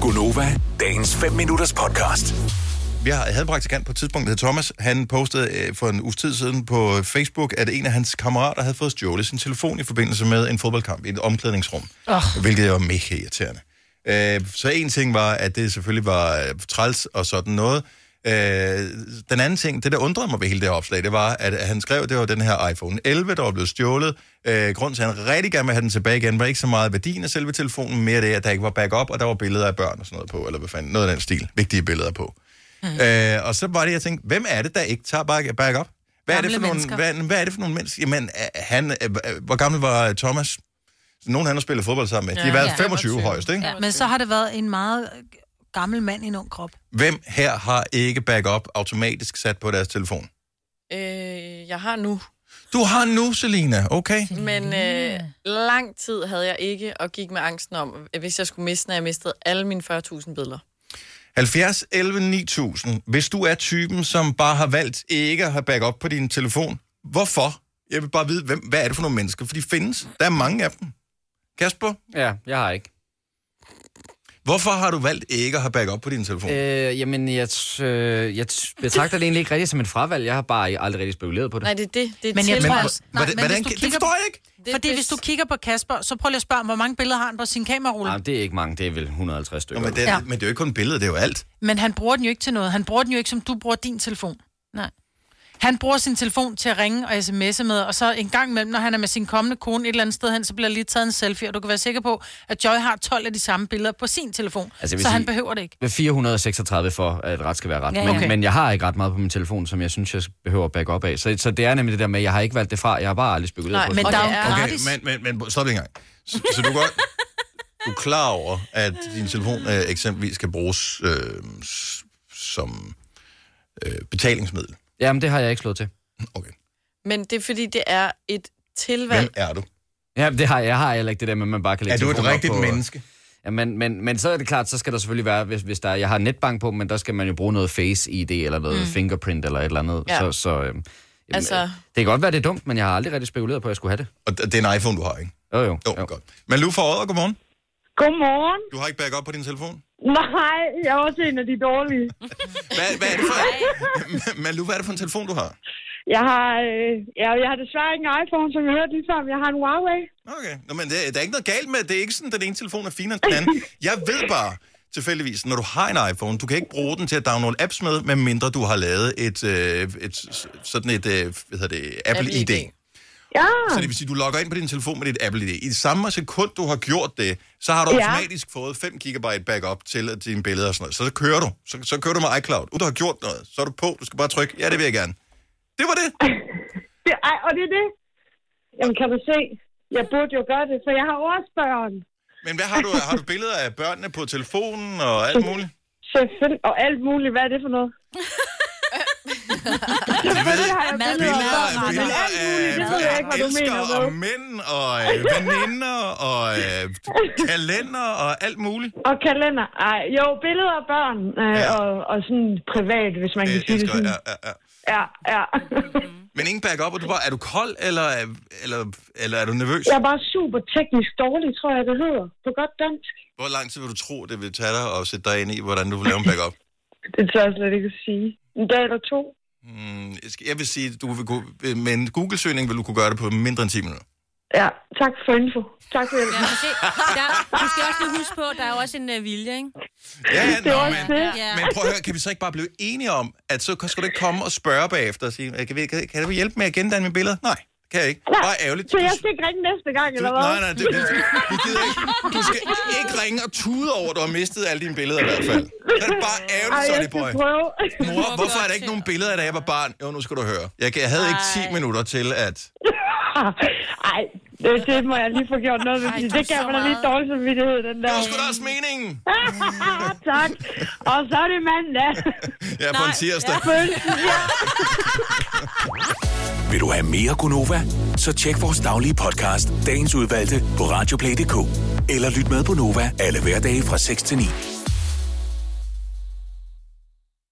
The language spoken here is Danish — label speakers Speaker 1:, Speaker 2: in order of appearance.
Speaker 1: Gunova, dagens 5 minutters podcast.
Speaker 2: Vi har- havde en praktikant på et tidspunkt, der hed Thomas. Han postede øh, for en uges tid siden på Facebook, at en af hans kammerater havde fået stjålet sin telefon i forbindelse med en fodboldkamp i et omklædningsrum. Oh. Hvilket var mega irriterende. Øh, så en ting var, at det selvfølgelig var øh, træls og sådan noget. Øh, den anden ting, det der undrede mig ved hele det her opslag, det var, at han skrev, det var den her iPhone 11, der var blevet stjålet. Øh, grunden til, at han rigtig gerne ville have den tilbage igen, var ikke så meget værdien af selve telefonen, mere det, at der ikke var backup, og der var billeder af børn og sådan noget på, eller hvad fanden, noget af den stil. Vigtige billeder på. Mm. Øh, og så var det, jeg tænkte, hvem er det, der ikke tager back- backup? Hvad er, det
Speaker 3: Gamle
Speaker 2: for nogle,
Speaker 3: mennesker.
Speaker 2: hvad, hvad er det for nogle mennesker? Jamen, øh, han, øh, øh, hvor gammel var Thomas? Nogen han har spillet fodbold sammen med. De har
Speaker 3: Ja,
Speaker 2: været
Speaker 3: ja.
Speaker 2: 25 højst, ikke?
Speaker 3: Ja.
Speaker 4: Men så har det været en meget øh, gammel mand i en ung krop.
Speaker 2: Hvem her har ikke backup automatisk sat på deres telefon?
Speaker 5: Øh, jeg har nu.
Speaker 2: Du har nu, Selina. Okay.
Speaker 5: Men øh, lang tid havde jeg ikke, og gik med angsten om, at hvis jeg skulle miste den, at jeg mistede alle mine 40.000 billeder.
Speaker 2: 70 11 9000. Hvis du er typen, som bare har valgt ikke at have backup på din telefon, hvorfor? Jeg vil bare vide, hvem, hvad er det for nogle mennesker? For de findes. Der er mange af dem. Kasper,
Speaker 6: Ja, jeg har ikke.
Speaker 2: hvorfor har du valgt ikke at have backup på din telefon?
Speaker 6: Øh, jamen, jeg, t- øh, jeg t- betragter det egentlig ikke rigtigt som et fravalg. Jeg har bare aldrig rigtig spekuleret på det.
Speaker 5: Nej, det er det. det er
Speaker 4: Men jeg
Speaker 5: til-
Speaker 4: tror
Speaker 2: Men,
Speaker 4: også-
Speaker 2: hvor-
Speaker 4: nej,
Speaker 2: hvordan,
Speaker 4: men hvis
Speaker 2: hvordan,
Speaker 4: du
Speaker 2: kan- det
Speaker 4: kigger-
Speaker 2: forstår jeg ikke.
Speaker 5: det er
Speaker 4: Fordi hvis
Speaker 5: bedst.
Speaker 4: du kigger på Kasper, så prøv lige at spørge, ham, hvor mange billeder har han på sin kamerarulle?
Speaker 6: Nej, det er ikke mange. Det er vel 150
Speaker 2: Nå,
Speaker 6: stykker.
Speaker 2: men, det, ja.
Speaker 4: Ja.
Speaker 2: men det er jo ikke kun billedet, det er jo alt.
Speaker 4: Men han bruger den jo ikke til noget. Han bruger den jo ikke, som du bruger din telefon.
Speaker 3: Nej.
Speaker 4: Han bruger sin telefon til at ringe og sms'e med, og så en gang imellem, når han er med sin kommende kone et eller andet sted hen, så bliver der lige taget en selfie, og du kan være sikker på, at Joy har 12 af de samme billeder på sin telefon,
Speaker 6: Altså,
Speaker 4: altså,
Speaker 6: jeg
Speaker 4: så
Speaker 6: vil
Speaker 4: han
Speaker 6: sige-
Speaker 4: behøver det ikke.
Speaker 6: Med 436 for, at ret skal være ret.
Speaker 3: Ja,
Speaker 6: Ja,
Speaker 3: ja.
Speaker 6: Men,
Speaker 3: Okay.
Speaker 6: men jeg har ikke ret meget på min telefon, som jeg synes, jeg behøver at back op af. Så, så det er nemlig det der med, at jeg har ikke valgt det fra. Jeg har bare aldrig spekuleret
Speaker 5: Nej,
Speaker 6: på
Speaker 4: Men
Speaker 6: det.
Speaker 5: Og
Speaker 4: der
Speaker 5: det
Speaker 4: er jo
Speaker 5: er-
Speaker 2: Okay,
Speaker 4: gratis.
Speaker 2: men, men, men stop lige en gang. Så, så du er godt... Du er klar over, at din telefon øh, eksempelvis kan bruges øh, s- som øh, betalingsmiddel.
Speaker 6: Jamen, det har jeg ikke slået til.
Speaker 2: Okay.
Speaker 5: Men det er fordi, det er et tilvalg.
Speaker 2: Hvem er du?
Speaker 6: Ja, det har jeg, jeg har heller ikke det der med, at man bare kan lægge
Speaker 2: Er du et
Speaker 6: telefonen op
Speaker 2: rigtigt
Speaker 6: på,
Speaker 2: menneske?
Speaker 6: Ja, men, men, men så er det klart, så skal der selvfølgelig være, hvis, hvis der, jeg har netbank på, men der skal man jo bruge noget Face ID eller noget mm. fingerprint eller et eller andet.
Speaker 5: Ja.
Speaker 6: Så, så øhm, altså...
Speaker 5: Altså-
Speaker 6: det kan godt være, det er dumt, men jeg har aldrig rigtig spekuleret på, at jeg skulle have det.
Speaker 2: Og d- det er en iPhone, du har, ikke?
Speaker 6: Jo, jo.
Speaker 2: Jo,
Speaker 6: jo.
Speaker 2: jo. godt. Men Lou fra Odder, godmorgen.
Speaker 7: Godmorgen.
Speaker 2: Du har ikke backup på din telefon?
Speaker 7: Nej, jeg er også en af de dårlige.
Speaker 2: Hvad, hvad er det for... men Lou, hvad er det for en telefon, du har?
Speaker 7: Jeg har, øh, jeg, jeg har desværre ikke en iPhone, som jeg hørte lige før, men jeg har en Huawei.
Speaker 2: Okay. Nå, men det, der er ikke noget galt med, det. det er ikke sådan, at den ene telefon er finere end den anden. Jeg ved bare, tilfældigvis, når du har en iPhone, du kan ikke bruge den til at downloade apps med, medmindre du har lavet et, øh, et s- sådan et, øh, hvad hedder det, Apple ID.
Speaker 5: Apple-ID.
Speaker 7: Ja,
Speaker 2: Så det vil sige, du logger ind på din telefon med dit Apple ID. I samme sekund, du har gjort det, så har du
Speaker 7: Ja.
Speaker 2: automatisk fået 5 GB backup til at dine billeder og sådan noget. Så, så kører du. Så, så kører du med iCloud. Uh, du har gjort noget. Så er du på. Du skal bare trykke, ja, det vil jeg gerne. Det var det.
Speaker 7: det, ej, og det er det. Jamen, kan du se? Jeg burde jo gøre det, for jeg har også børn.
Speaker 2: Men hvad har du? Har du billeder af børnene på telefonen og alt muligt?
Speaker 7: Selvfølgelig. Og alt muligt. Hvad er det for noget? Selvfølgelig har jeg
Speaker 3: Mad.
Speaker 7: billeder af
Speaker 2: billeder,
Speaker 3: Billeder,
Speaker 2: billeder
Speaker 7: børn. alt muligt, det
Speaker 2: af,
Speaker 7: ved jeg ikke,
Speaker 2: af
Speaker 7: hvad du
Speaker 2: elsker
Speaker 7: mener med.
Speaker 2: og mænd og øh, veninder og øh, kalender og alt muligt.
Speaker 7: Og kalender. Ej, jo, billeder af børn. Øh,
Speaker 2: Ja.
Speaker 7: og, og sådan privat, hvis man
Speaker 2: Øh,
Speaker 7: kan sige det
Speaker 2: elsker,
Speaker 7: sådan.
Speaker 2: ja, ja, ja.
Speaker 7: Ja, ja.
Speaker 2: Men ingen backup, og du bare, er du kold, eller, er- eller, eller er du nervøs?
Speaker 7: Jeg er bare super teknisk dårlig, tror jeg, det hedder. På godt dansk.
Speaker 2: Hvor lang tid vil du tro, det vil tage dig at sætte dig ind i, hvordan du vil lave en backup?
Speaker 7: Det tør jeg slet ikke at sige. En dag eller to.
Speaker 2: Mm, Jeg vil sige, du vil kunne, med en Google-søgning vil du kunne gøre det på mindre end 10 minutter.
Speaker 7: Ja, tak for info. Tak for hjælpen.
Speaker 3: Ja, men se, der, du skal også lige huske på, der er jo også en uh, vilje, ikke?
Speaker 2: Ja, ja,
Speaker 7: Det var
Speaker 2: nå,
Speaker 7: også
Speaker 2: men,
Speaker 7: det.
Speaker 3: Ja.
Speaker 2: men prøv at høre, kan vi så ikke bare blive enige om, at så skal du ikke komme og spørge bagefter og sige, "Øh, kan, vi, kan, kan du hjælpe med at gendanne mine billeder? Nej, det kan jeg ikke. Nej, ærgerligt.
Speaker 7: Så
Speaker 2: Du-
Speaker 7: jeg skal ikke ringe næste gang,
Speaker 2: Du,
Speaker 7: eller hvad?
Speaker 2: nej, nej, det, det, vi gider ikke. Du skal ikke ringe og tude over, at du har mistet alle dine billeder i hvert fald. Det er bare
Speaker 7: Ej,
Speaker 2: ærgerligt,
Speaker 7: jeg
Speaker 2: Sonny
Speaker 7: skal
Speaker 2: Boy.
Speaker 7: prøve.
Speaker 2: Mor, hvorfor er der ikke nogen billeder, da jeg var barn? Jo, nu skal du høre. Jeg, jeg havde ikke 10 minutter til at...
Speaker 7: Ej, det, det må jeg lige få gjort noget ved, fordi det gav mig da lidt dårlig samvittighed, den der.
Speaker 2: Det var sgu da også meningen.
Speaker 7: tak. Og så er det mandag.
Speaker 2: Ja, på en tirsdag.
Speaker 7: Følelsen, ja.
Speaker 1: Vil du have mere Gunova? Så tjek vores daglige podcast, dagens udvalgte, på radioplay.dk. Eller lyt med på Nova alle hverdage fra 6 til 9.